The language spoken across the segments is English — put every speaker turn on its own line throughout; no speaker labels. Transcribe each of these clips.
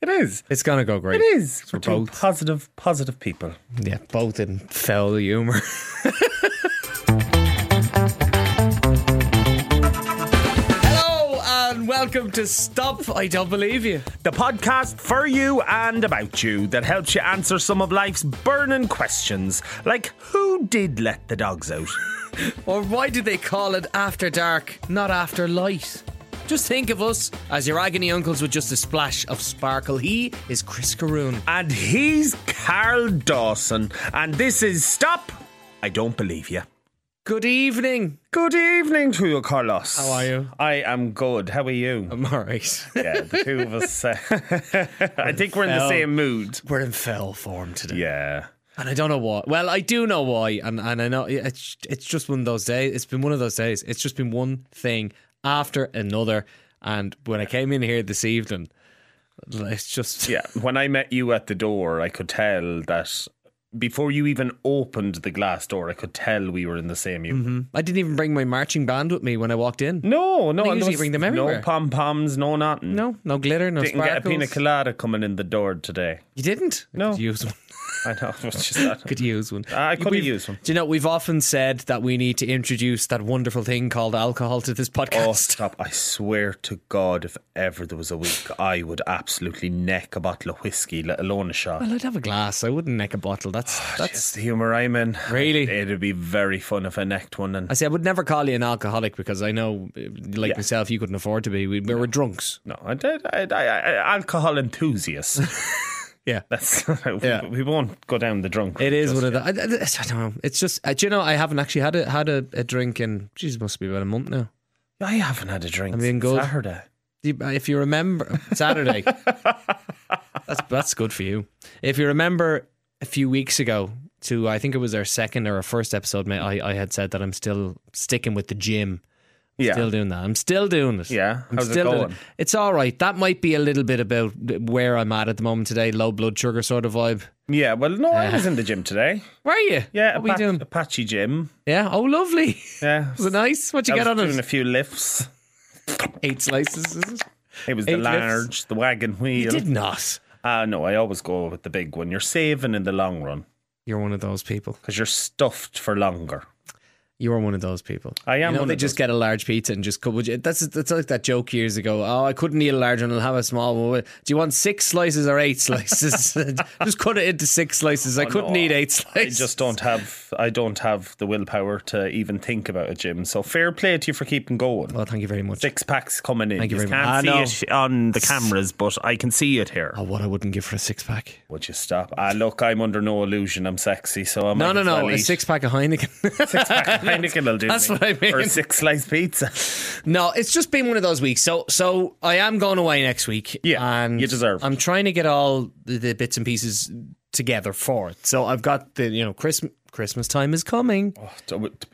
It is.
It's gonna go great.
It is.
We're
We're two
both-
positive, positive people.
Yeah, both in foul humor. Hello and welcome to Stop. I don't believe you.
The podcast for you and about you that helps you answer some of life's burning questions, like who did let the dogs out?
Or why did they call it after dark, not after light? Just think of us as your agony uncles with just a splash of sparkle. He is Chris Caroon.
and he's Carl Dawson, and this is Stop. I don't believe you.
Good evening.
Good evening to you, Carlos. How
are you?
I am good. How are you?
I'm alright.
yeah, the two of us. Uh, I think we're in the
Fell.
same mood.
We're in fell form today.
Yeah.
And I don't know why. Well, I do know why, and and I know it's it's just one of those days. It's been one of those days. It's just been one thing after another. And when I came in here this evening, it's just
Yeah, when I met you at the door, I could tell that before you even opened the glass door, I could tell we were in the same unit.
I didn't even bring my marching band with me when I walked in.
No, no,
They
and there
usually
was
bring them
No
everywhere.
pom poms, no nothing.
No, no glitter, no
didn't
sparkles.
get a pina colada coming in the door today.
You didn't. I
No.
could use one.
I know, it was just that.
Could use one.
I could have
We've-
used one.
Do you know we've often said that we need to introduce that wonderful thing called alcohol to this
Oh,
podcast?
stop. I swear to God, if ever there was a week, I would absolutely neck a bottle of whiskey, let alone a shot.
Well, I'd have a glass. I wouldn't neck a bottle. That's that's
That's the humour I'm in.
Really?
It'd be very fun if I necked one. And
I say I would never call you an alcoholic because I know, uh, like
Yeah.
myself, you couldn't afford to be. We, we were drunks.
No, I did. I, I, I, alcohol enthusiast.
Yeah.
That's we,
Yeah.
we won't go down the drunk.
It is
route,
one of the. I, I, I don't know. It's just. Uh, do you know? I haven't actually had a had a, a drink in. Geez, it must be about a month now.
just- I haven't had a drink.
I'm being
since
good.
Saturday.
Do you- If you remember Saturday, that's that's good for you. If you remember a few weeks ago, to I think it was our second or our first episode, mate. I I had said that I'm still sticking with the gym.
Yeah.
Still doing that. I'm still doing it.
Yeah.
I'm
How's it
still doing
going?
It's all right. That might be a little bit about where I'm at at the moment today. Low blood sugar sort of vibe.
yeah. Well, no, I was in the gym today.
Where are you?
Yeah.
What were you
Apa-
doing?
Apache gym.
Yeah. Oh, lovely.
Yeah.
Was it nice? What'd you
I
get
was
on
doing a
it?
few lifts.
Eight slices. Is it?
It was
Eight
the
lifts.
large, the wagon
You
wheel.
did not.
Ah, no, I always go with the big one. You're saving in the long run
You're one of those people.
because you're stuffed for longer.
You're one of those people.
I am
You know,
one
they
of
just
those.
get a large pizza and just cut. Would you, that's that's like that joke years ago. Oh, I couldn't eat a large one. I'll have a small one. Do you want six slices or eight slices? just cut it into six slices. I couldn't
Oh, no,
eat eight
I
slices.
just don't have. I don't have the willpower to even think about a gym. So fair play to you for keeping going.
Well, thank you very much.
six packs coming in.
Thank you
Yous
very much.
Can't
I
see it on the cameras, but I can see it here.
Oh, what I wouldn't give for a six pack.
Would you stop? Ah, look, I'm under no illusion. I'm sexy, so I'm
No, no, no. A six pack of Heineken.
six pack of Heineken will do.
That's
me.
what I mean.
Or a six slice pizza.
no, it's just been one of those weeks. So, so I am going away next week.
Yeah,
and
you deserve it.
I'm trying to get all the, the bits and pieces together for it. So I've got the you know Christmas. Christmas time is coming.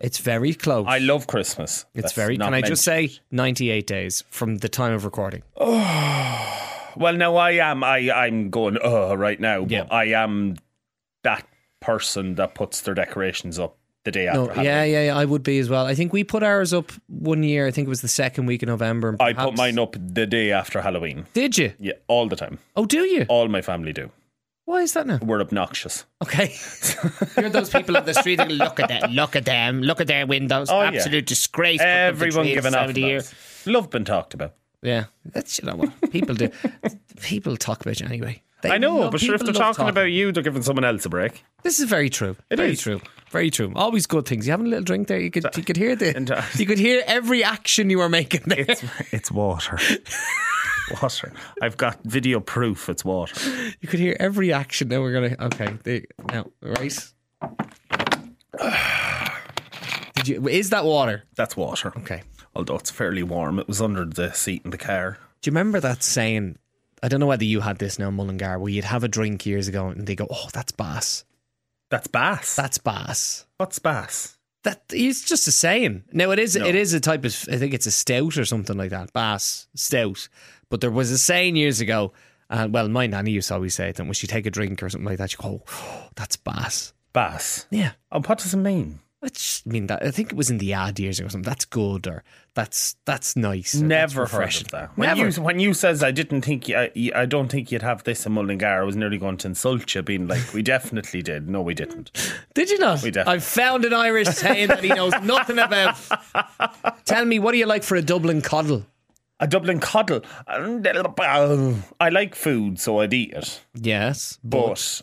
It's very close.
Oh. I love Christmas.
it's
That's
very.
not
Can I just
mentioned. Oh,
say, 98 days from the time of recording.
Well, no, I am. I I'm going. Oh, right now.
Yeah.
But I am that person that puts their decorations up the day after.
No,
Halloween.
Oh, yeah, yeah, yeah, I would be as well. I think we put ours up one year. I think it was the second week of November. and
I put
perhaps-
mine up the day after Halloween.
Did you?
Yeah, all the time.
Oh, do you?
All my family do.
Why is that now?
We're obnoxious.
Okay. You're those people on the street that look at that, look at them, look at their windows.
Oh, yeah.
Absolute disgrace. putting up the
Everyone
tree
giving
this time
off.
of the year.
Year. Love been talked about.
Yeah. That's, you know what? People do. people talk about you anyway. They
I know,
love-
but sure, if
people
they're
love
talking, about you, they're giving someone else a break.
This is very true.
It
very
is.
true. Very true. Always good things. You having a little drink there? You could, you could hear
And,
the,
uh,
you could hear every action you were making there.
It's water. water. I've got video proof it's water.
You could hear every action. Now we're gonna. Okay. They, now, right. Did you? Is that water?
That's water.
Okay.
Although it's fairly warm. It was under the seat in the car.
Do you remember that saying? I don't know whether you had this now, Mullingar, where you'd have a drink years ago and they go, "Oh, that's bass.
That's bass.
That's bass."
What's bass?
That it's just a saying. Now it is it is a type of I think it's a stout or something like that. Bass stout. But there was a saying years ago, and well, my nanny used to always say it. And when she would take a drink or something like that, she would go, "Oh, that's bass."
Bass.
Yeah.
And what does it mean?
Which, I mean, that, I think it was in the ad years ago or something. That's good or that's that's nice. or that's
Never fresh
refreshing.
that. When
Never.
you when you says I didn't think you- I, you- I don't think you'd have this in Mullingar, I was nearly going to insult you, being like, we definitely did. No, we didn't.
Did you not?
def-
I've found an Irish saying that he knows nothing about. Tell me, what do you like for a Dublin coddle?
A Dublin coddle. I like food, so I'd eat it.
Yes.
But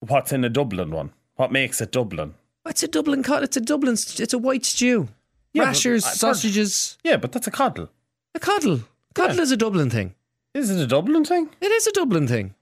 what's in a Dublin one? What makes it Dublin?
It's a Dublin coddle. It's a Dublin, st- it's a white stew.
Yeah, but
Rashers,
I've heard-
sausages.
Yeah, but that's a coddle.
A coddle. Coddle is a Dublin thing.
Is it a Dublin thing?
It is a Dublin thing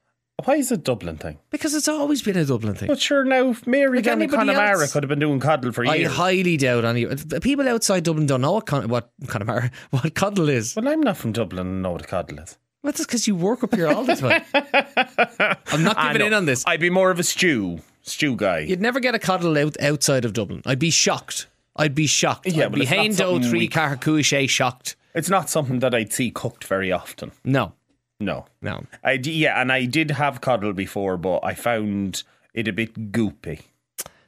Why is it a Dublin thing?
because it's always been a Dublin thing.
But sure, now Mary
Like
Danny
anybody
Connemara
else.
could have been doing coddle for
I
years.
highly doubt any the people outside Dublin don't know what con- what kind of what coddle is.
well, I'm not from Dublin and know what a coddle is.
Well, that's because you work up here all the time. I'm not
I
giving
know.
in on this.
I'd be more of a stew, stew guy.
You'd never get a coddle out outside of Dublin. I'd be shocked. I'd be shocked.
Yeah,
I'd
but
be
it's not
Haindo
something
three
we-
Carcouche shocked.
It's not something that I'd see cooked very often.
No,
No.
no.
I d- yeah, and I did have coddle before, but I found it a bit goopy.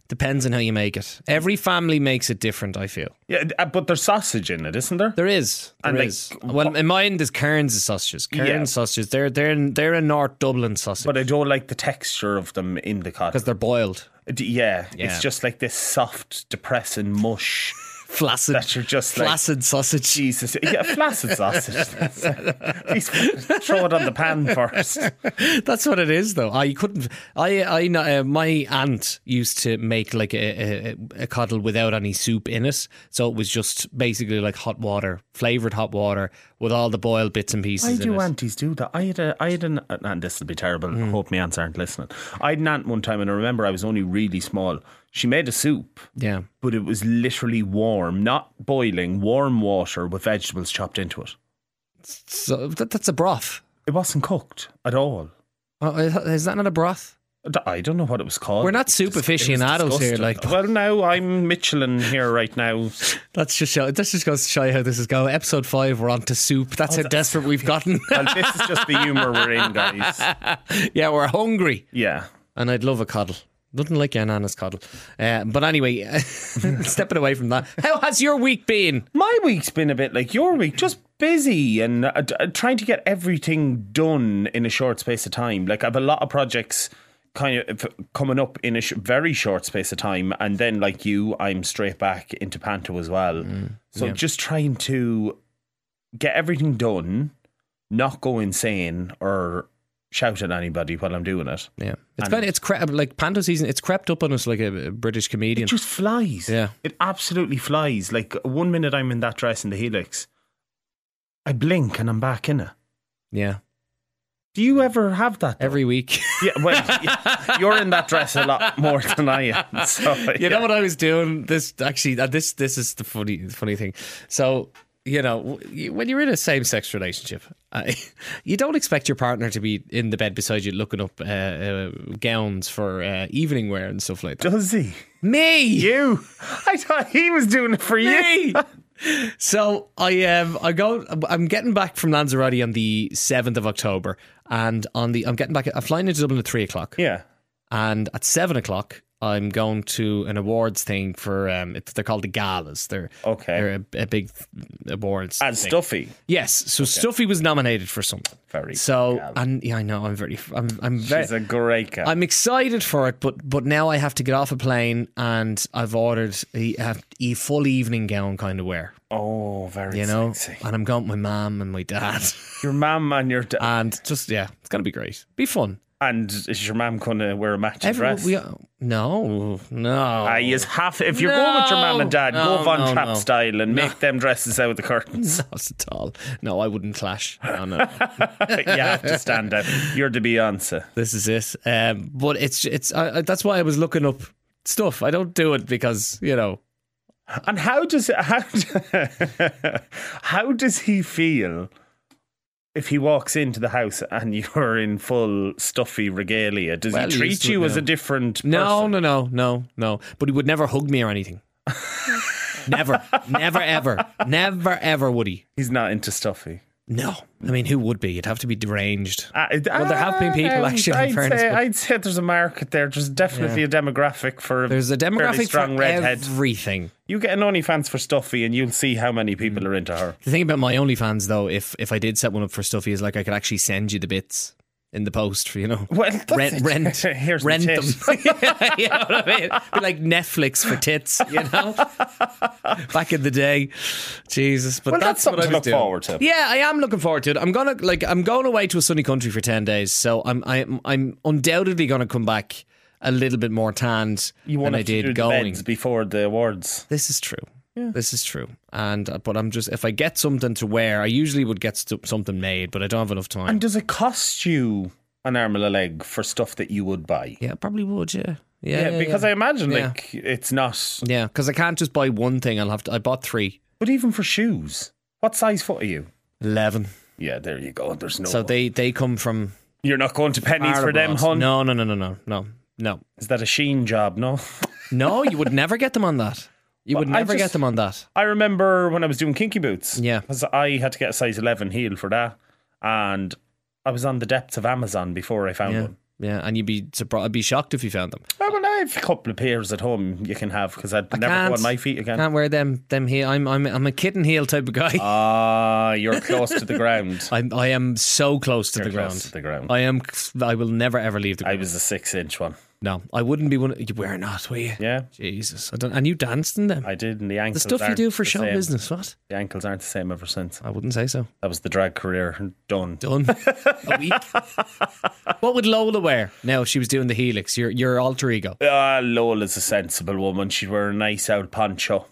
Depends on how you make it. Every family makes it different. I feel
Yeah, uh, but there's sausage in it, isn't there?
there is.
And,
There
like,
is. Well, in mine, there's Cairns sausages. Cairns
Yeah.
sausages. They're they're they're a North Dublin sausage
But I don't like the texture of them in the coddle.
because they're boiled,
D- Yeah,
Yeah.
it's just like this soft, depressing mush
flaccid,
that you're just like.
flaccid sausage.
Jesus, yeah, flaccid sausage. Please throw it on the pan first.
That's what it is, though. I couldn't. I, I, kn- uh, my aunt used to make like a, a, a coddle without any soup in it, so it was just basically like hot water, flavored hot water with all the boiled bits and pieces.
Why
in
do
it.
aunties do that? I had a, I had an, uh, and this will be terrible.
Hmm.
I hope my aunts aren't listening. I had an aunt one time, and I remember I was only really small. She made a soup,
Yeah,
but it was literally warm, not boiling, warm water with vegetables chopped into it.
so that, that's a broth.
It wasn't cooked at all.
Oh, Is that- is that not a broth?
I don't know what it was called.
We're
It
not
was
soup
dis- it
aficionados
was
here,
disgusting.
like-
well, now I'm Michelin here right now.
That's just show. That's just goes to show you how this is going. Episode five, we're on to soup. That's
Oh,
how desperate we've gotten.
Well, this is just the humour we're in, guys.
yeah, we're hungry.
Yeah.
and I'd love a coddle. Nothing like your nana's coddle. Uh, but anyway, stepping away from that, how has your week been?
My week's been a bit like your week, just busy and uh, d- uh, trying to get everything done in a short space of time. Like I've a lot of projects kind of f- coming up in a sh- very short space of time, and then like you, I'm straight back into Panto as well. so just trying to get everything done, not go insane or shout at anybody while I'm doing it.
Yeah, it's been, it's cre- like Panto season. It's crept up on us like a, a British comedian.
It just flies.
Yeah.
It absolutely flies. Like one minute I'm in that dress in the helix, I blink and I'm back in it.
yeah,
Do you ever have that?
every week.
Yeah, well, you're in that dress a lot more than I am. So,
you know what I was doing? This actually, uh, this this is the funny funny thing. So you know, w- you- when you're in a same sex relationship, uh, you don't expect your partner to be in the bed beside you looking up uh, uh, gowns for uh, evening wear and stuff like that.
Does he?
Me,
You? I thought he was doing it for you.
so I um I go I'm getting back from Lanzarote on the seventh of October, and on the I'm getting back I'm flying into Dublin at three o'clock,
Yeah.
and at seven o'clock I'm going to an awards thing for um it's, they're called the galas they're
Okay.
they're a, a big awards
And
thing.
stuffy.
yes so Stuffy was nominated for something
Very
so
gal.
and yeah I know I'm very I'm I'm very
He's a great guy.
I'm excited for it, but but now I have to get off a plane, and I've ordered a, a, a full evening gown kind of wear,
oh, very
you know.
sexy.
And I'm going with my mum and my dad,
Your mum and your da-
and just yeah, it's gonna be great, be fun.
and is your mum gonna wear a matching
Everyone,
dress?
we no no.
Ah, he is half. If you're going with your mum and dad,
No,
go Von
no,
Trapp
no.
style and make them dresses out of the curtains.
not at all. No, I wouldn't clash. No, no.
you have to stand out. You're the Beyonce.
this is it. Um, but it's it's I, I, that's why I was looking up stuff. I don't do it because you know
And how does how how does he feel if he walks into the house and you're in full stuffy regalia? Does
Well,
he
he used
treat
to it
you as
now.
a different person?
No, no, no, no, no. But he would never hug me or anything. never, never, ever, never, ever would he.
He's not into stuffy.
No, I mean, who would be? You'd have to be deranged.
Uh, it-
Well, there have been people,
um,
actually, in
I'd
fairness,
say,
but-
I'd say there's a market there. There's definitely
Yeah.
a demographic for
There's a
fairly
demographic
strong
for
redhead.
everything.
you get an OnlyFans for Stuffy, and you'll see how many
Mm.
people are into her.
The thing about my OnlyFans, though, if if I did set one up for Stuffy, is like I could actually send you the bits in the post for you know.
Well, that's
rent,
it.
rent,
Here's the
rent
tit.
them. you know what I mean? Be like Netflix for tits, you know. Back in the day, Jesus. But
Well, that's,
that's,
something
what
to
I was
look
doing.
forward to.
Yeah, I am looking forward to it. I'm gonna like I'm going away to a sunny country for ten days, so I'm I'm I'm undoubtedly gonna come back a little bit more tanned
You want
than I
to do
did
the
going.
beds before the awards.
This is true. This is true. And uh, but I'm just if I get something to wear, I usually would get st- something made, but I don't have enough time.
And does it cost you an arm and a leg for stuff that you would buy?
yeah, I probably would. Yeah, yeah,
Yeah, because I imagine
Yeah.
like it's not.
yeah, because I can't just buy one thing. I'll have to. I bought three.
But even for shoes, what size foot are you?
Eleven.
Yeah, there you go. There's no.
So they they come from
You're not going to pennies
far
for them,
abroad.
hon.
No, no, no, no, no, no, no,
Is that a Sheen job? No.
no. You would never get them on that. You would
I
never
just-
get them on that.
I remember when I was doing kinky boots.
Yeah.
Because I had to get a size 11 heel for that. And I was on the depths of Amazon before I found
Yeah,
one.
yeah. And you'd be surprised. I'd be shocked if you found them.
I well, I have a couple of pairs at home you can have because I'd never
can't-
go on my feet again.
Can't wear them. Them heel. I'm I'm I'm a kitten heel type of guy.
Ah, you're close to the ground.
I'm I am so close to the
Close
ground.
to the ground.
I am. I will never ever leave the.
I
Group.
was a six inch one.
No, I wouldn't be one. You were not, were you?
Yeah.
Jesus, I don't. And you danced in them.
I did, and the ankles.
the stuff you
aren't
do for
the
show
same.
business. What?
The ankles aren't the same ever since.
I wouldn't say so.
That was the drag career done.
Done. A week. what would Lola wear? No, if she was doing the helix. Your your alter ego.
Ah, Lola's a sensible woman. She'd wear a nice old poncho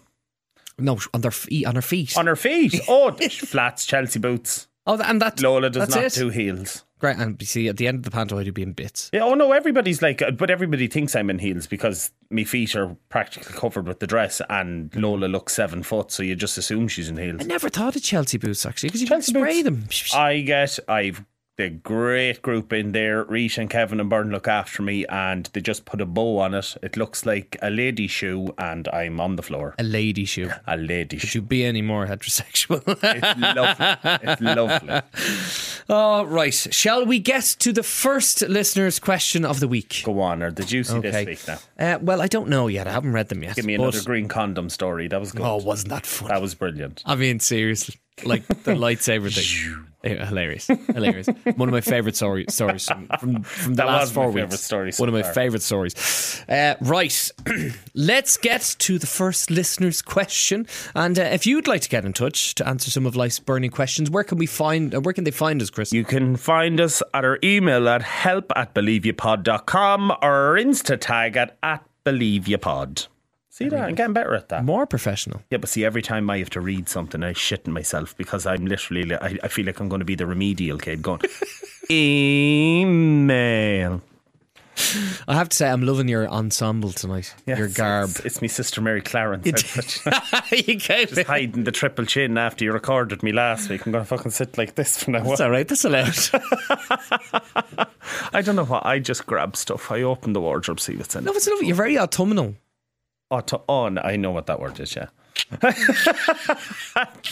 No, on their feet. On her feet.
on her feet. Oh, flats, Chelsea boots.
oh, and that
Lola does
that's
not
it.
do heels.
Great. And you see, at the end of the panto, I'd be in bits.
Yeah, oh no, everybody's like, but everybody thinks I'm in heels because my feet are practically covered with the dress, and Lola looks seven foot, so you just assume she's in heels.
I never thought of Chelsea boots actually, because you can
Chelsea
spray
boots.
them.
I get, I've the great group in there. Reece and Kevin and Byrne look after me, and they just put a bow on it. It looks like a lady shoe, and I'm on the floor.
A lady shoe.
A lady shoe.
Should be any more heterosexual.
It's lovely. It's lovely.
Oh, right. Shall we get to the first listener's question of the week?
Go on, or did you see this week now?
Uh, well, I don't know yet. I haven't read them yet.
Give me
but-
another green condom story. That was good.
Oh, wasn't that fun?
That was brilliant.
I mean, seriously, like the lightsaber thing. Yeah, Hilarious, hilarious. One of my favorite story, stories from from, from the
That
last
was
four
my favourite
weeks.
story so
One of my
far.
favorite stories. Uh, right, let's get to the first listener's question. And uh, if you'd like to get in touch to answer some of life's burning questions, where can we find? Uh, where can they find us, Chris?
You can find us at our email at help at believeyoupod.com or our Insta tag at, at believeyoupod. See that? I'm getting better at that.
More professional.
Yeah, but see, every time I have to read something, I shit in myself because I'm literally, li- I, I feel like I'm going to be the remedial kid going, email.
I have to say, I'm loving your ensemble tonight.
Yeah,
your
it's-
garb.
It's, it's me sister Mary Clarence. I'm
you gave it.
hiding the triple chin after you recorded me last week. I'm going to fucking sit like this from now
That's
on.
all right. That's allowed.
I don't know why. I just grab stuff. I open the wardrobe, see what's in
no,
it.
it's not. You're very autumnal.
Oh, to on. I know what that word is, yeah.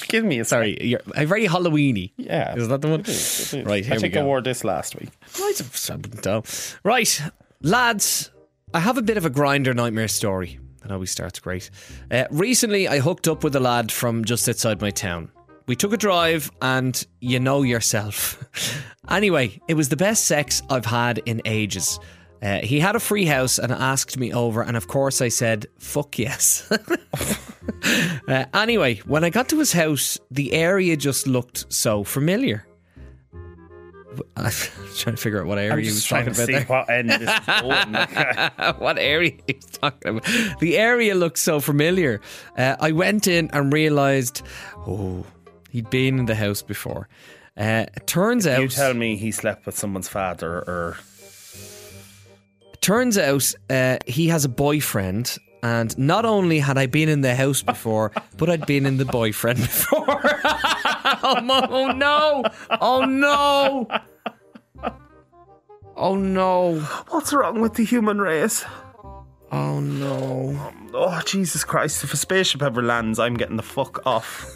Give me a sorry.
Sorry, you're uh, very Halloweeny.
Yeah.
Is that the one? Right, here
I
we
think
go.
I wore this last week.
Right, I wouldn't know. Right, lads, I have a bit of a grinder nightmare story. That always starts great. Uh, recently, I hooked up with a lad from just outside my town. We took a drive, and you know yourself. anyway, it was the best sex I've had in ages. Uh, he had a free house and asked me over, and of course, I said, fuck yes. uh, anyway, when I got to his house, the area just looked so familiar. I'm trying to figure out what area
I'm
he
just
was
trying
talking
to
about
see
there.
what end this is going.
what area he's talking about. The area looks so familiar. Uh, I went in and realised, oh, he'd been in the house before. Uh, it turns out,
You tell me he slept with someone's father or
turns out, uh, he has a boyfriend. And not only had I been in the house before, but I'd been in the boyfriend before. oh, mo- oh no! Oh no! Oh no!
What's wrong with the human race?
Oh no!
Oh Jesus Christ, if a spaceship ever lands, I'm getting the fuck off.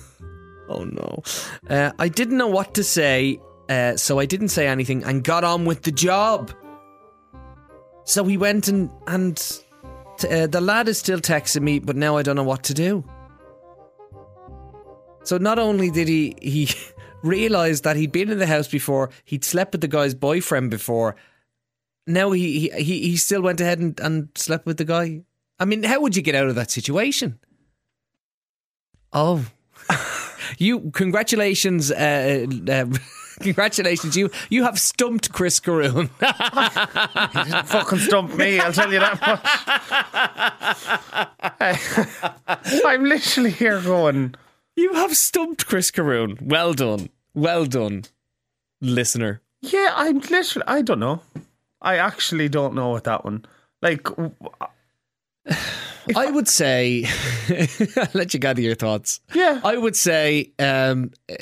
Oh no. Uh, I didn't know what to say, uh, so I didn't say anything and got on with the job. So he went and and t- uh, the lad is still texting me, but now I don't know what to do. So not only did he he realize that he'd been in the house before, he'd slept with the guy's boyfriend before. Now he he he he still went ahead and, and slept with the guy. I mean, how would you get out of that situation? Oh, you congratulations uh, uh, congratulations you you have stumped chris Caroon.
Fucking stump me, I'll tell you that much. I'm literally here going,
you have stumped chris Caroon. well done well done listener
yeah, I'm literally, I don't know. I actually don't know with that one. Like, w-
i would say I'll let you gather your thoughts
yeah.
I would say, um, eh,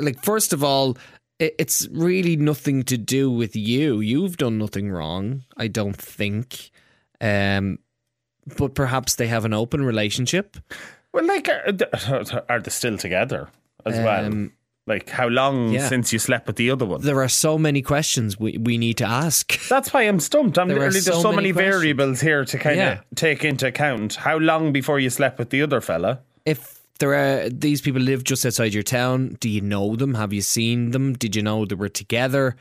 like, first of all, i- it's really nothing to do with you. You've done nothing wrong, I don't think. Um, but perhaps they have an open relationship.
well, like, uh, are, th- are they still together as well?
Um,
Like, how long
yeah.
since you slept with the other one?
There are so many questions we, we need to ask.
That's why I'm stumped. I'm
There are
literally, there's
so
so many,
many questions.
variables here to kind of
Yeah.
take into account. How long before you slept with the other fella?
If there are these people live just outside your town, do you know them? Have you seen them? Did you know they were together?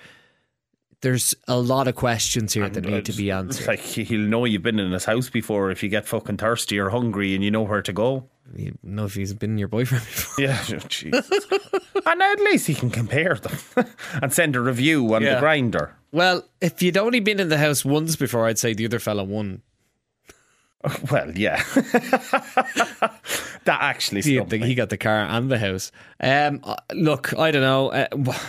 There's a lot of questions here that need to be
It's
answered.
like he- he'll know you've been in his house before if you get fucking thirsty or hungry and you know where to go.
you know if he's been your boyfriend before.
Yeah, oh, Jesus. and at least he can compare them and send a review on the
Yeah.
grinder.
Well, if you'd only been in the house once before, I'd say the other fella won.
Well, yeah. that actually
He,
stumped
the-
me.
he got the car and the house. Um, uh, look, I don't know. Uh, w-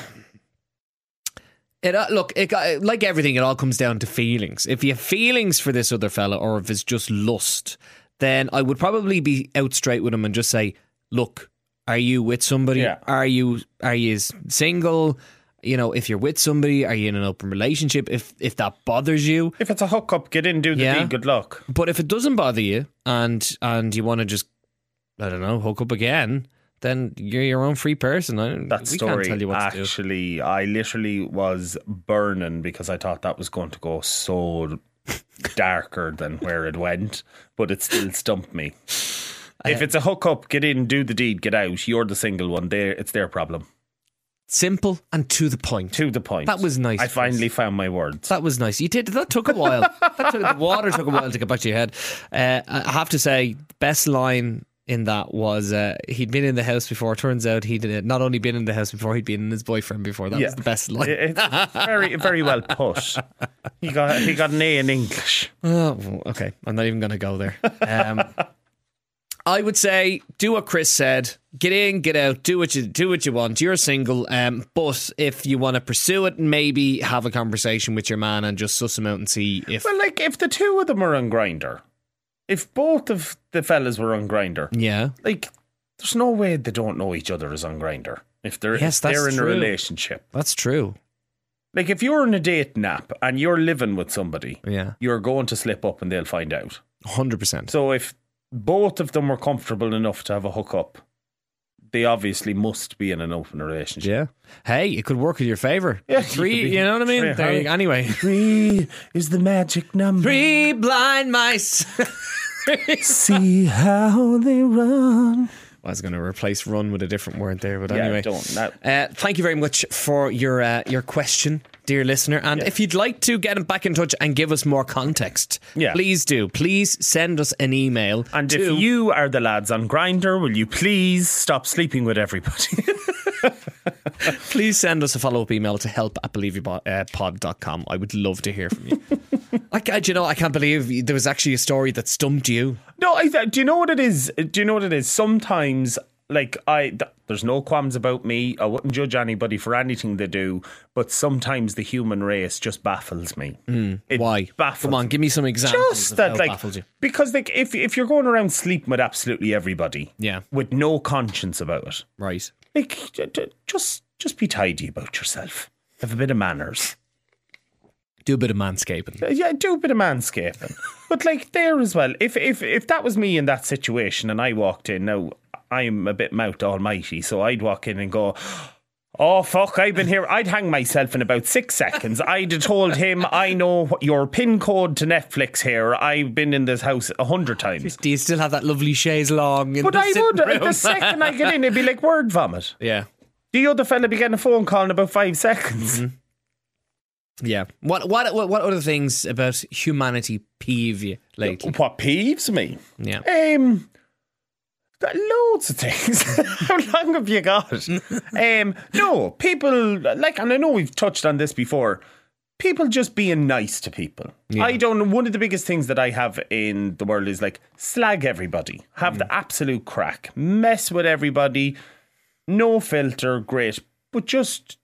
it uh, look it got, like everything. It all comes down to feelings. If you have feelings for this other fella, or if it's just lust, then I would probably be out straight with him and just say, "Look, are you with somebody?
Yeah.
Are you are you s- single? You know, if you're with somebody, are you in an open relationship? If if that bothers you,
If it's a hookup, get in, do the
Yeah.
deed, good luck.
But if it doesn't bother you and and you want to just I don't know hook up again, then you're your own free person. I,
That
we
story
can't tell you what to do.
actually, I literally was burning because I thought that was going to go so darker than where it went, but it still stumped me. If it's a hookup, get in, do the deed, get out. You're the single one. There, it's their problem.
Simple and to the point.
To the point.
That was nice,
I
Chris.
finally found my words.
That was nice. You did. That took a while. that took, the water took a while to get back to your head. Uh, I have to say, best line in that was uh, he'd been in the house before. Turns out he'd uh, not only been in the house before, he'd been in his boyfriend before. That was the best line.
It- It's very, very well put. He got, he got an A in English.
Oh, well, okay. I'm not even going to go there. Um, I would say do what Chris said. Get in, get out. Do what you do what you want. You're single, um, but if you want to pursue it, maybe have a conversation with your man and just suss him out and see if.
Well, like if the two of them are on Grinder, if both of the fellas were on Grinder,
yeah,
like there's no way they don't know each other is on Grinder. If they're
Yes,
if they're
that's
in a
true.
relationship,
that's true.
like if you're in a date nap and you're living with somebody,
Yeah,
you're going to slip up and they'll find out.
hundred percent.
So if both of them were comfortable enough to have a hookup, they obviously must be in an open relationship.
Yeah. Hey, it could work in your favor.
Yeah, you
three.
could be-
You know what I
three,
mean? There you,
huh?
anyway,
Three is the magic number.
three blind mice.
See how they run.
I was going to replace run with a different word there, but
Yeah,
anyway.
don't. No.
Uh, thank you very much for your uh, your question, dear listener. And if you'd like to get back in touch and give us more context,
Yeah.
please do. Please send us an email.
And
to-
if you are the lads on Grinder, will you please stop sleeping with everybody?
please send us a follow up email to help at uh, believeypod.com. I would love to hear from you. I, ca- do you know, I can't believe you- there was actually a story that stumped you.
no, I, do you know what it is? Do you know what it is? Sometimes, like I, th- there's no qualms about me. I wouldn't judge anybody for anything they do, but sometimes the human race just baffles me. It
Hmm, Why?
Baffles
Come on, give me some examples.
just
of
that
how
like
baffled you.
because like if if you're going around sleeping with absolutely everybody,
Yeah.
with no conscience about it,
Right.
like j- j- just just be tidy about yourself. Have a bit of manners.
Do a bit of manscaping.
Yeah, do a bit of manscaping. but like there as well, if if if that was me in that situation and I walked in, now I'm a bit mouth almighty, so I'd walk in and go. Oh fuck! I've been here. I'd hang myself in about six seconds. I'd have told him I know what your pin code to Netflix here. I've been in this house a hundred times.
Do you still have that lovely chaise long? In
But
the
I
sitting
would. uh,
Room?
The second I get in, it'd be like word vomit.
yeah.
The other fella be getting a phone call in about five seconds.
Yeah. What, what what what other things about humanity peeve you lately?
What peeves me?
Yeah.
Um, got er loads of things. How long have you got? um, no, people like, and I know we've touched on this before. People just being nice to people. I don't. One of the biggest things that I have in the world is like slag everybody, have the absolute crack, mess with everybody, no filter, great, but just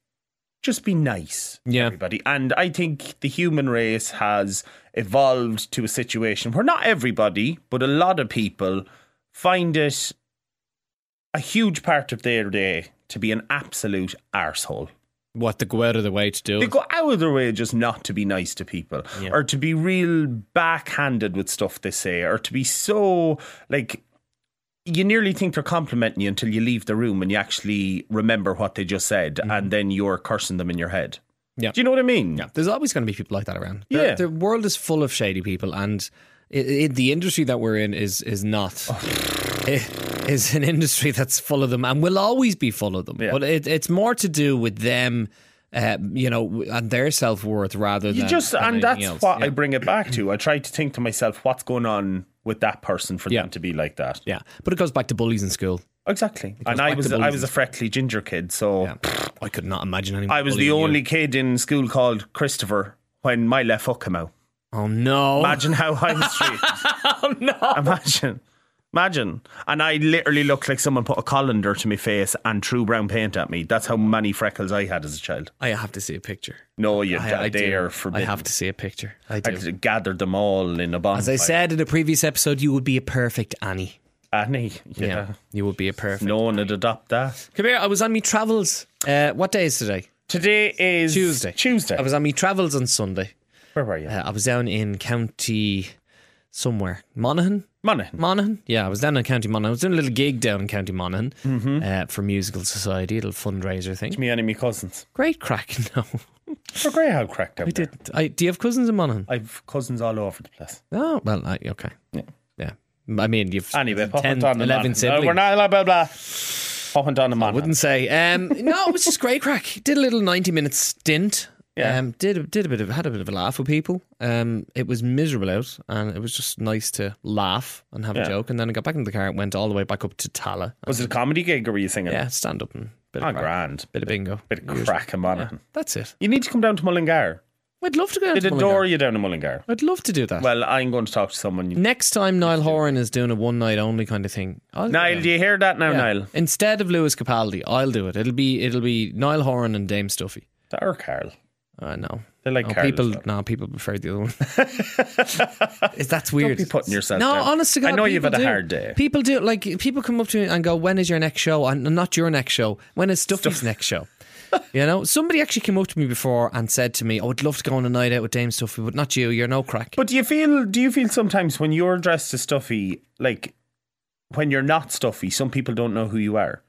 just be nice to
Yeah.
everybody. And I think the human race has evolved to a situation where not everybody, but a lot of people find it a huge part of their day to be an absolute arsehole.
What the go out of the way to do?
They
it.
go out of their way just not to be nice to people or to be real backhanded with stuff they say or to be so like you nearly think they're complimenting you until you leave the room and you actually remember what they just said and then you're cursing them in your head.
Mm-hmm. Yeah.
Do you know what I mean?
Yeah, there's always going to be people like that around. The-
Yeah.
the world is full of shady people, and i i the industry that we're in is is not
Oh.
i- is an industry that's full of them, and will always be full of them.
Yeah.
But it, it's more to do with them, uh, you know, w- and their self worth rather
You
than
just
than
and
anything
that's
else.
what
yeah.
I bring it back to. I try to think to myself, what's going on with that person for
Yeah.
them to be like that?
yeah, but it goes back to bullies in school.
Exactly. And I
back
was
to
I was a freckly ginger kid, so
Yeah. I could not imagine anyone.
I was the
bullying you.
only kid in school called Christopher when my left hook came out.
Oh no!
Imagine how I was treated.
no.
Imagine. Imagine. And I literally looked like someone put a colander to my face and threw brown paint at me. That's how many freckles I had as a child.
I have to see a picture.
No, you
I, I do.
dare
I
forbidden.
have to see a picture. I do.
I gathered them all in a bonfire.
As I said in a previous episode, you would be a perfect Annie.
Annie. Yeah.
you would be a perfect.
No one would adopt that.
Come here. I was on me travels. Uh, what day is today?
Today is
Tuesday.
Tuesday.
I was on me travels on Sunday.
Where were you?
Uh, I was down in County somewhere Monaghan.
Monaghan.
Monaghan. Yeah, I was down in County Monaghan. I was doing a little gig down in County Monaghan
Mm-hmm.
uh, for Musical Society, a little fundraiser thing.
Me and my cousins.
Great crack. No,
For Greyhound cracked out.
I did. I do you have cousins in Monaghan?
I've cousins all over the place.
Oh well, I, okay. Yeah. I mean, you've
Anyway,
10, 11 siblings. Oh,
No, Uh, we're not blah blah blah. Pop and down the Monaghan.
Wouldn't say. Um, no, it was just great crack. Did a little ninety minute stint.
Yeah.
Um, did a- did a bit of had a bit of a laugh with people. Um, it was miserable out, and it was just nice to laugh and have a
Yeah.
joke. And then I got back into the car and went all the way back up to Tala.
Was it a comedy gig or were you singing?
Yeah, stand up and bit
Oh,
of, crack,
grand.
bit of bingo.
Bit of crack and Monaghan.
That's it.
You need to come down to Mullingar.
I'd love to go. down
They'd
to
adore
Mullingar.
you down to Mullingar.
I'd love to do that.
Well, I'm going to talk to someone. You-
Next time Niall Horan is doing a one night only kind of thing, I'll
Niall, do you hear that now,
Yeah.
Niall? Is
Instead of Lewis Capaldi, I'll do it. It'll be it'll be Niall Horan and Dame Stuffy.
that or Carl?
I know.
They're like
No,
Carl.
Oh, people, no, people prefer the other one. Is- That's weird.
Be putting yourself
no,
down.
honest to God,
I know you've
people
had a
do.
hard day.
People do like people come up to me and go, "When is your next show?" And not your next show. When is Stuffy's next show? you know, somebody actually came up to me before and said to me, "I would love to go on a night out with Dame Stuffy, but not you. You're no crack."
But do you feel? Do you feel sometimes when you're dressed as stuffy, like when you're not stuffy, some people don't know who you are.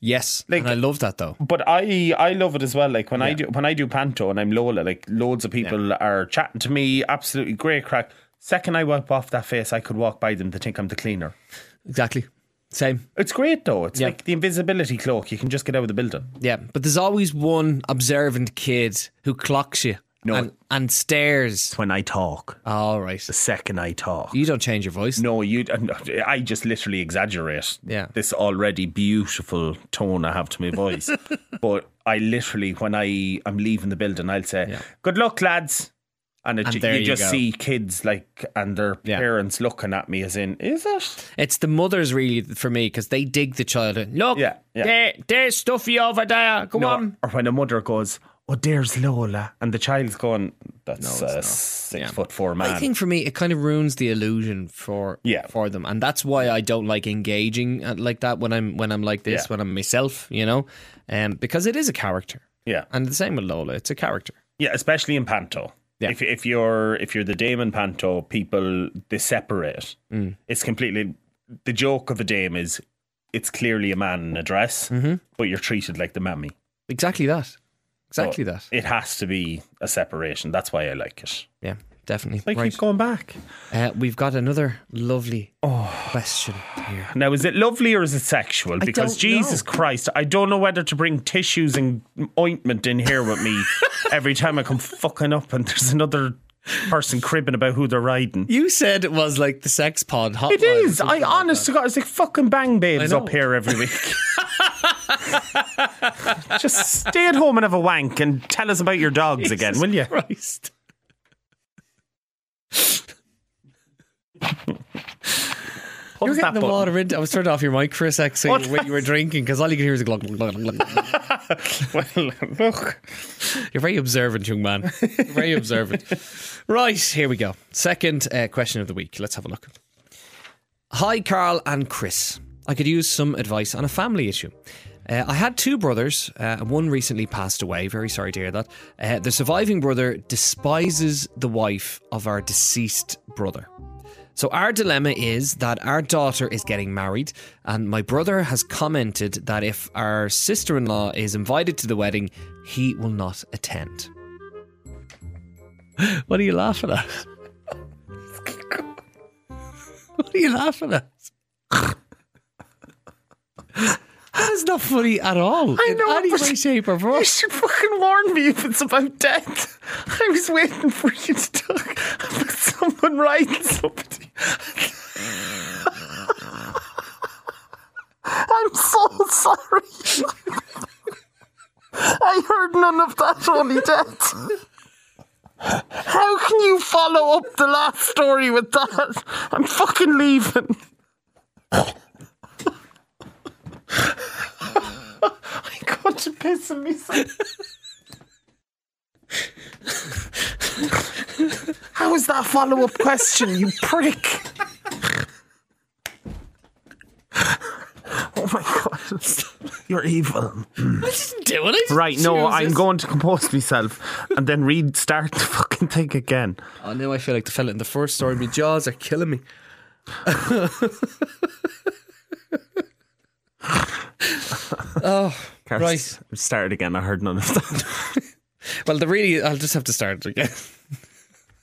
yes,
Like-
and I love that though.
But I I love it as well. Like when I do when I do panto and I'm Lola, like loads of people are chatting to me. Absolutely great crack. Second I wipe off that face, I could walk by them to think I'm the cleaner.
Exactly. Same.
It's great though. It's
Yeah.
like the invisibility cloak. You can just get out of the building.
Yeah, but there's always one observant kid who clocks you
No.
and, and stares.
When I talk,
All right.
the second I talk.
You don't change your voice.
No, you. I just literally exaggerate.
Yeah.
This already beautiful tone I have to my voice, but I literally, when I am leaving the building, I'll say, "Good luck, lads," and, it,
And
you,
there you
just
go.
see kids like and their
Yeah.
parents looking at me as in, "Is it?"
It's the mothers really for me because they dig the child. in. Look,
Yeah, yeah.
There, there's stuffy over there. Come on.
Or when a mother goes, "Oh, there's Lola," and the child's going, "That's
it's
a
not.
six
Yeah.
foot four man."
I think for me, it kind of ruins the illusion for
Yeah.
for them, and that's why I don't like engaging at- like that when I'm when I'm like this
Yeah.
when I'm myself, you know, um, because it is a character,
yeah,
and the same with Lola, it's a character.
Yeah, especially in panto.
Yeah.
If if you're if you're the dame in Mm. panto, people they separate. It's completely the joke of a dame is it's clearly a man in a dress, but you're treated like the mammy.
Exactly that. Exactly that.
It has to be a separation. That's why I like it.
Yeah, definitely.
I
right.
keep going back.
Uh, we've got another lovely question here.
Now, is it lovely or is it sexual? Because
don't
Jesus Christ, I don't know whether to bring tissues and ointment in here with me every time I come fucking up and there's another person cribbing about who they're riding.
You said it was like the sex pod hotline.
It is. I honest to God, it's like fucking bang babes
I know.
up here every week. Just stay at home and have a wank and tell us about your dogs again, will you?
Christ.
What
You're
was
getting
that
the
button?
water into. I was turning off your mic for a sec so
What?
you, when you were drinking because all you could hear is a glug, glug, glug, glug, glug.
Well, look.
You're very observant, young man. You're very observant. Right, here we go. Second uh, question of the week. Let's have a look. Hi, Carl and Chris. I could use some advice on a family issue. Uh, I had two brothers, uh, and one recently passed away. Very sorry to hear that. Uh, the surviving brother despises the wife of our deceased brother. So, our dilemma is that our daughter is getting married, and my brother has commented that if our sister in law is invited to the wedding, he will not attend. What are you laughing at? What are you laughing at? That is not funny at all.
I know,
in any
but-
way, shape, or form.
You should fucking warn me if it's about death. I was waiting for you to talk about someone riding somebody. I'm so sorry. I heard none of that, only death. How can you follow up the last story with that? I'm fucking leaving. I got to piss on myself. How is that follow up question, you prick? Oh my god. You're evil.
Do it.
Right, no,
Jesus.
I'm going to compose myself and then restart the fucking thing again.
Oh, now I feel like the fella in the first story. My jaws are killing me. oh, right.
Start again. I heard none of that.
Well, the really, I'll just have to start it again.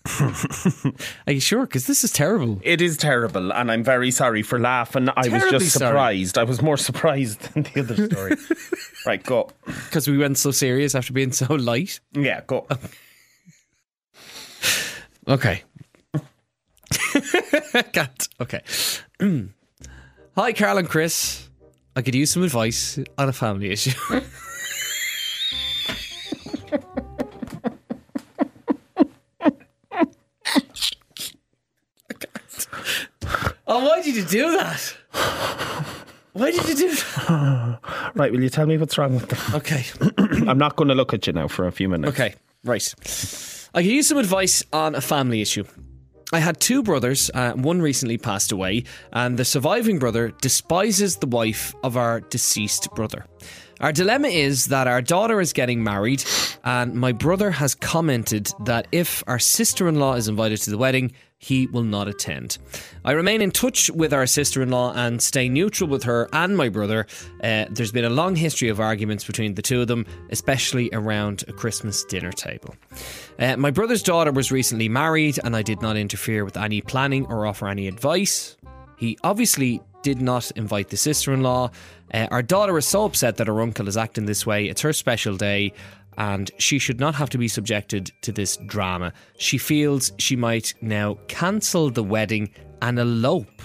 are you sure? Because this is terrible.
It is terrible, and I'm very sorry for laughing. I was
Terribly
just
sorry.
surprised. I was more surprised than the other story. right, go.
Because we went so serious after being so light.
Yeah, go.
Okay. Can't. Okay. Hi, Carl and Chris. I could use some advice on a family issue. I can't. Oh, why did you do that? Why did you do that?
Right, will you tell me what's wrong with them?
Okay.
I'm not going to look at you now for a few minutes.
Okay, right. I could use some advice on a family issue. I had two brothers, uh, one recently passed away, and the surviving brother despises the wife of our deceased brother. Our dilemma is that our daughter is getting married, and my brother has commented that if our sister in law is invited to the wedding, he will not attend. I remain in touch with our sister in law and stay neutral with her and my brother. Uh, there's been a long history of arguments between the two of them, especially around a Christmas dinner table. Uh, my brother's daughter was recently married, and I did not interfere with any planning or offer any advice. He obviously did not invite the sister in law. our daughter is so upset that her uncle is acting this way. It's her special day, and she should not have to be subjected to this drama. She feels she might now cancel the wedding and elope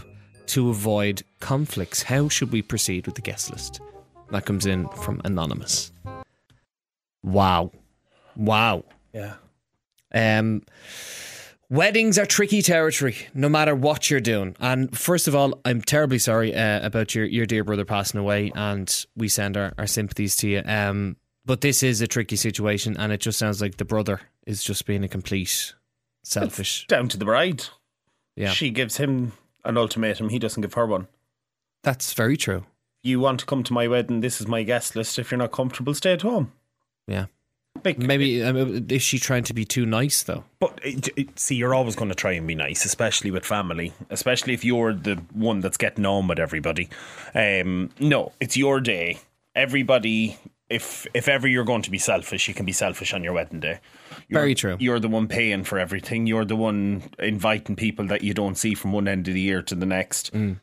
to avoid conflicts. How should we proceed with the guest list? That comes in from Anonymous. Wow. Wow.
Yeah.
Um, weddings are tricky territory, no matter what you're doing. And first of all, I'm terribly sorry uh, about your, your dear brother passing away, and we send our, our sympathies to you. Um, but this is a tricky situation, and it just sounds like the brother is just being a complete selfish.
Down to the bride.
Yeah,
She gives him an ultimatum. He doesn't give her one.
that's very true.
You want to come to my wedding? This is my guest list. If you're not comfortable, stay at home.
Yeah.
Like,
Maybe um, is she trying to be too nice though?
But it, it- see, you're always going to try and be nice, especially with family, especially if you're the one that's getting on with everybody. Um, no, it's your day. Everybody, if if ever you're going to be selfish, you can be selfish on your wedding day. You're,
Very true.
You're the one paying for everything. You're the one inviting people that you don't see from one end of the year to the next.
Mm.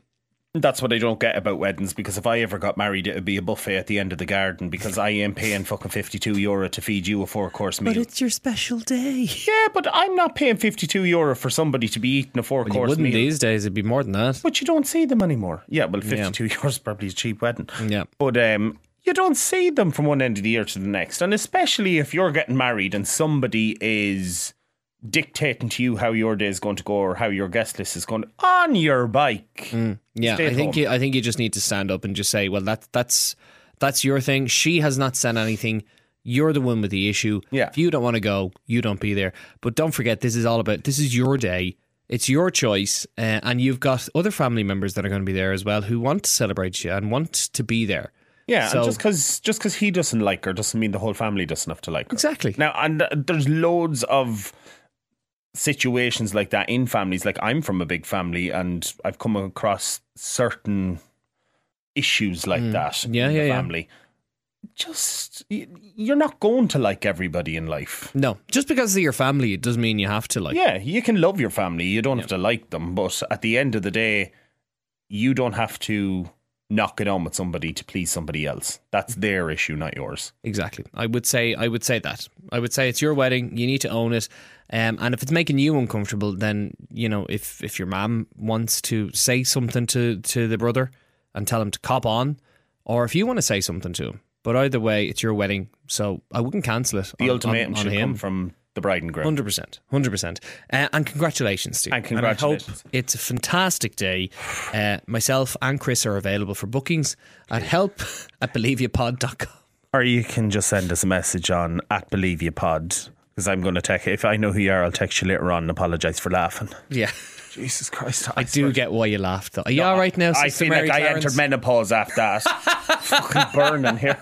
That's what I don't get about weddings because if I ever got married, it would be a buffet at the end of the garden because I am paying fucking 52 euro to feed you a four course meal.
your special day.
Yeah, but I'm not paying 52 euro for somebody to be eating a four
You
course
wouldn't
meal.
these days. It'd be more than that.
But you don't see them anymore. Yeah, well, 52 euros is probably a cheap wedding.
Yeah.
But um, you don't see them from one end of the year to the next. And especially if you're getting married and somebody is dictating to you how your day is going to go or how your guest list is going on your bike.
Mm. Yeah,
Stay at
I think
home.
you, I think you just need to stand up and just say, well, that that's that's your thing. She has not said anything. You're the one with the issue.
Yeah.
If you don't want to go, you don't be there. But don't forget, this is all about this is your day. It's your choice, uh, and you've got other family members that are going to be there as well who want to celebrate you and want to be there.
Yeah,
So-
and just because just 'cause he doesn't like her doesn't mean the whole family doesn't have to like her.
Exactly.
Now, and uh, there's loads of situations like that in families. Like I'm from a big family, and I've come across certain issues like that
Mm. Yeah,
in
yeah,
the
yeah.
family. Just y- you're not going to like everybody in life.
No, just because they're your family, it doesn't mean you have to like.
Yeah, you can love your family. You don't have to like them, but at the end of the day, you don't have to knock it on with somebody to please somebody else. That's
Mm.
their issue, not yours.
Exactly. I would say I would say that. I would say it's your wedding, you need to own it. Um, and if it's making you uncomfortable, then you know, if if your mom wants to say something to to the brother and tell him to cop on, or if you want to say something to him. But either way, it's your wedding, so I wouldn't cancel it.
The
on,
ultimatum
on, on
should
him.
come from the bride and groom.
Hundred percent, hundred percent, Uh, and congratulations to you.
And
I
congratulations.
hope it's a fantastic day. Uh, myself and Chris are available for bookings at help at believeyoupod.com.
Or you can just send us a message on at Believe You Pod because I'm going to text. If I know who you are, I'll text you later on and apologise for laughing.
Yeah.
Jesus Christ. I,
do get why you laughed though. Are you all right now?
I
Sister
feel
Mary
like I
Clarence?
entered menopause after that. Fucking burning here.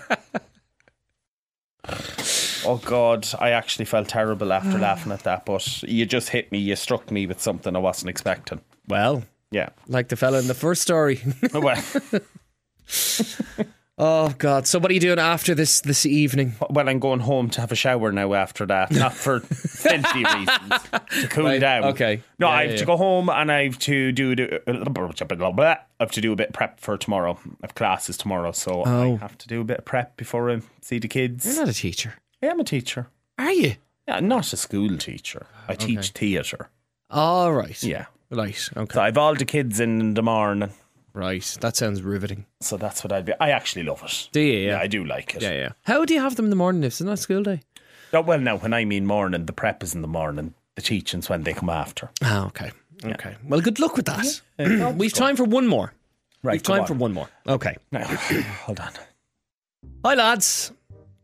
Oh God, I actually felt terrible after laughing at that, but you just hit me. You struck me with something I wasn't expecting.
Well,
Yeah.
like the fella in the first story.
Well,
oh God! So what are you doing after this this evening?
well, I'm going home to have a shower now after that, not for filthy reasons, to cool
Right,
down.
okay.
No,
Yeah,
I have
yeah,
to
yeah.
go home and I have to do the- I have to do a bit of prep for tomorrow. I have classes tomorrow, so
Oh.
I have to do a bit of prep before I see the kids.
You're not a teacher,
I am a teacher.
are you?
Yeah, not a school teacher. I teach theatre.
All right.
Yeah.
Right. Okay.
So I've all the kids in the morning.
Right. That sounds riveting.
So that's what I'd be. I actually love it.
Do you?
Yeah,
Yeah.
I do like it.
Yeah. yeah. How do you have them in the morning if it's not school day?
Oh, well, now, when I mean morning, the prep is in the morning, the teaching's when they come after.
Ah. Okay. Okay. Well, good luck with that. We've time for one more.
Right.
We've time for one more. Okay.
Now, hold on.
Hi, lads.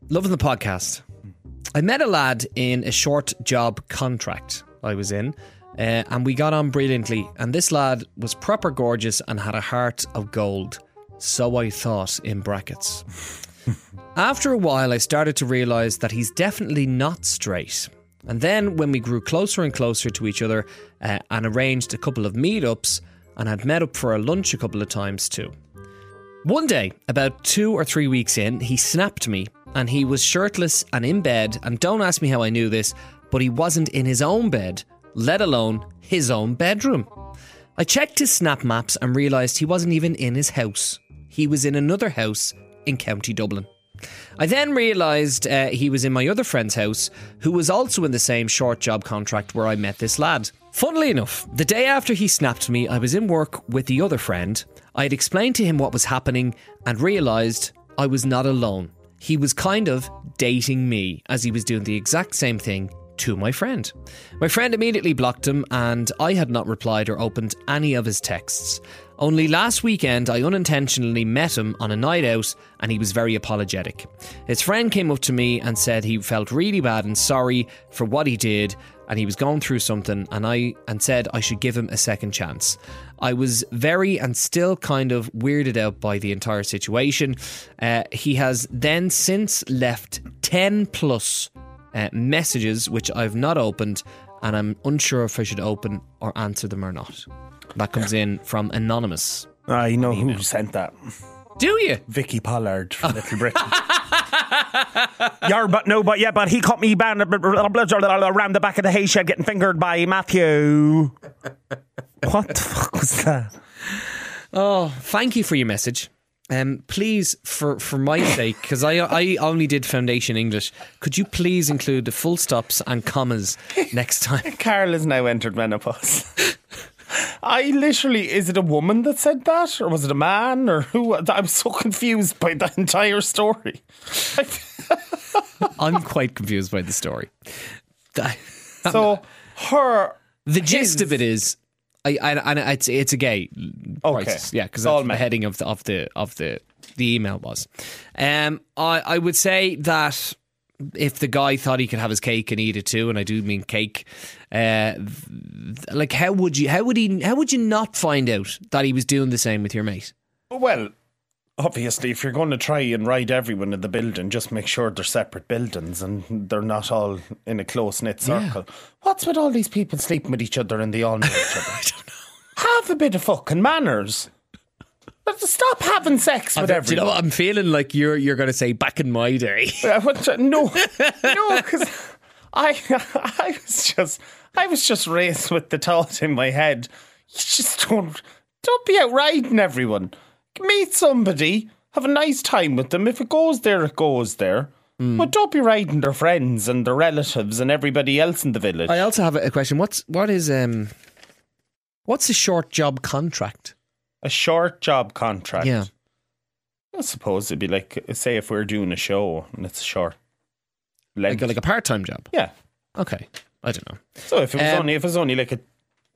Loving the podcast. I met a lad in a short job contract I was in, uh, and we got on brilliantly. And this lad was proper gorgeous and had a heart of gold. So I thought, in brackets. After a while, I started to realise that he's definitely not straight. And then, when we grew closer and closer to each other uh, and arranged a couple of meetups, and had met up for a lunch a couple of times too. One day, about two or three weeks in, he snapped me and he was shirtless and in bed. And don't ask me how I knew this, but he wasn't in his own bed, let alone his own bedroom. I checked his snap maps and realised he wasn't even in his house. He was in another house in County Dublin. I then realised uh, he was in my other friend's house, who was also in the same short job contract where I met this lad. Funnily enough, the day after he snapped me, I was in work with the other friend. I had explained to him what was happening and realised I was not alone. He was kind of dating me, as he was doing the exact same thing to my friend. My friend immediately blocked him, and I had not replied or opened any of his texts. Only last weekend, I unintentionally met him on a night out and he was very apologetic. His friend came up to me and said he felt really bad and sorry for what he did and he was going through something and I and said I should give him a second chance. I was very and still kind of weirded out by the entire situation. Uh, he has then since left 10 plus uh, messages which I've not opened and I'm unsure if I should open or answer them or not. That comes in from Anonymous.
I Ah, know who sent that.
Do you?
Vicky Pollard from Little Britain. Yar, but no, but yeah, but he caught me bound around the back of the hay shed getting fingered by Matthew. What the fuck was that?
Oh, thank you for your message. Um, please, for, for my sake, because I, I only did Foundation English, could you please include the full stops and commas next time?
Carol has now entered menopause. I literally, is it a woman that said that? Or was it a man? Or who? I'm so confused by that entire story.
I'm quite confused by the story. That-
So, her.
the gist of it is, I, I, and it's it's a gay crisis, yeah, because that's
All
what the
men.
heading of the of the of the the email was. Um, I I would say that if the guy thought he could have his cake and eat it too, and I do mean cake, uh, th- like how would you how would he how would you not find out that he was doing the same with your mate?
Well, obviously, if you're going to try and ride everyone in the building, just make sure they're separate buildings and they're not all in a close knit circle. What's with all these people sleeping with each other and they all know each other? Have a bit of fucking manners. But Stop having sex with
Do you know
everyone.
what I'm feeling like? You're you're going to say back in my day.
I want to- no, no, because I, I was just, I was just raised with the thought in my head. You just don't, don't be out riding everyone. Meet somebody, have a nice time with them. If it goes there, it goes there.
Hmm.
But don't be riding their friends and their relatives and everybody else in the village.
I also have a question. What's what is um, what's a short job contract?
a short job contract.
Yeah.
I suppose it'd be like, say, if we're doing a show and it's a short.
like,
length.
like a part time job.
yeah.
Okay, I don't know.
So if it was
Um,
only if it was only like a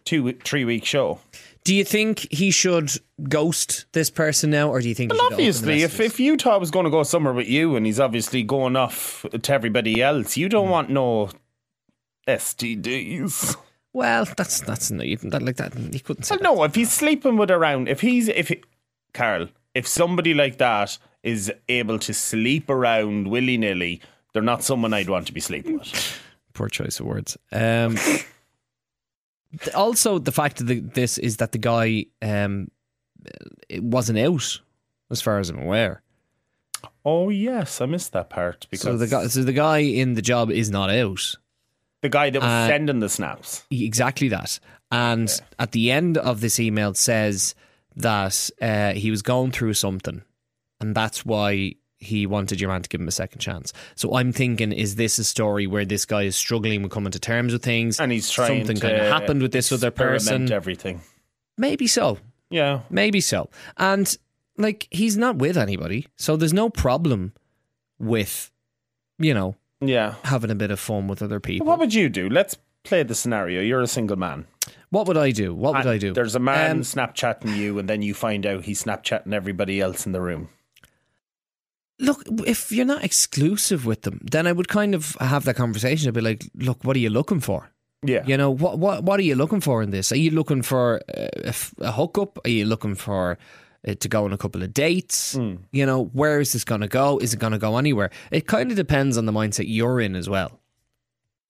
two three week show,
Do you think he should ghost this person now, or do you think? he should
Well,
open the
obviously, if,
messages?
if Utah was going to go somewhere with you and he's obviously going off to everybody else, you
Hmm.
don't want no STDs.
well, that's that's no, you- that like that he couldn't say.
Well, no, if he's sleeping with around, if he's, if he, Carol, if somebody like that is able to sleep around willy nilly, they're not someone I'd want to be sleeping with.
that. Poor choice of words. Um, th- also, the fact of the, this is that the guy um, it wasn't out, as far as I'm aware.
Oh, yes, I missed that part because
So the guy, so the guy in the job is not out.
the guy that was
Uh,
sending the snaps.
Exactly that. And at the end of this email says that uh, he was going through something, and that's why he wanted your man to give him a second chance. So I'm thinking, is this a story where this guy is struggling with coming to terms with things,
And he's trying
something
to
kind of happened with this other
experiment
person?
everything.
Maybe so.
Yeah.
Maybe so. And like he's not with anybody, so there's no problem with you know
Yeah.
having a bit of fun with other people.
What would you do? Let's play the scenario. You're a single man.
What would I do? What would I do?
There's a man
Um,
Snapchatting you, and then you find out he's Snapchatting everybody else in the room.
look, if you're not exclusive with them, then I would kind of have that conversation. I'd be like, look, what are you looking for?
Yeah.
You know, what what what are you looking for in this? Are you looking for uh, a, f- a hookup? Are you looking for uh, to go on a couple of dates? You know, where is this going to go? Is it going to go anywhere? It kind of depends on the mindset you're in as well.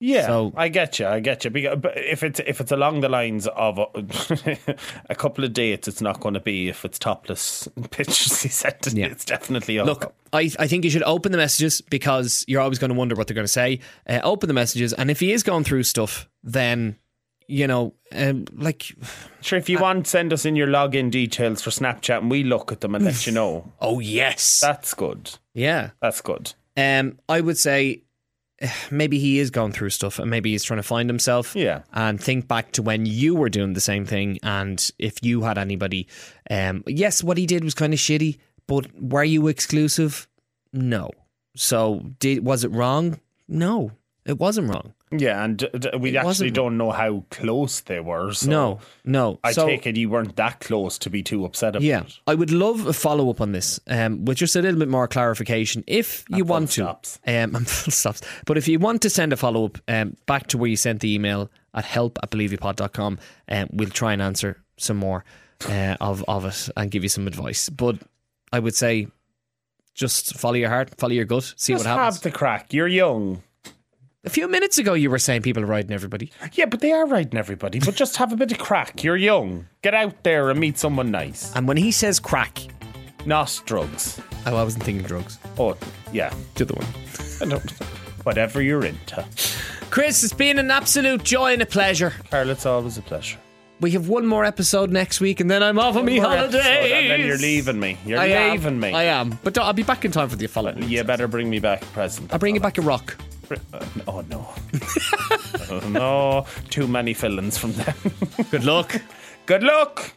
Yeah,
So-
I get you. I get you. Because, but if it's if it's along the lines of a, a couple of dates, it's not going to be. If it's topless pictures he sent,
Yeah.
it's definitely a
Look, I, I think you should open the messages because you're always going to wonder what they're going to say. Uh, open the messages, and if he is going through stuff, then you know, um, like
Sure, if you
uh,
want, send us in your login details for Snapchat, and we look at them and let you know.
oh yes,
That's good.
yeah.
That's good.
Um, I would say eh, maybe he is going through stuff and maybe he's trying to find himself.
Yeah.
And think back to when you were doing the same thing and if you had anybody. Um, yes, what he did was kind of shitty, but were you exclusive? No. So did was it wrong? No. It wasn't wrong.
Yeah, and d- d- we actually
wasn't-
don't know how close they were. So
no, no.
I
so,
take it you weren't that close to be too upset about
Yeah,
it.
I would love a follow up on this um, with just a little bit more clarification, if you want to.
stops.
Um, and full stops. But if you want to send a follow up um, back to where you sent the email at help at believeyoupod.com, um, we'll try and answer some more uh, of of it and give you some advice. But I would say, just follow your heart, follow your gut, see
Just
what happens.
have the crack. You're young.
a few minutes ago, you were saying people are riding everybody.
Yeah, but they are riding everybody. But just have a bit of crack. You're young. Get out there and meet someone nice.
And when he says crack,
Not drugs.
oh, I wasn't thinking drugs.
Oh, yeah.
Do the one.
I don't- Whatever you're into.
Chris, it's been an absolute joy and a pleasure.
Carl, it's always a pleasure.
We have one more episode next week, and then I'm off on me
More
holidays.
episode, And then you're leaving me. You're
I am.
leaving me.
I am, but don't- I'll be back in time for the follow.
You better bring me back present.
I'll bring you back a rock.
Uh, oh no. oh no. Too many fillings from them.
Good luck.
Good luck!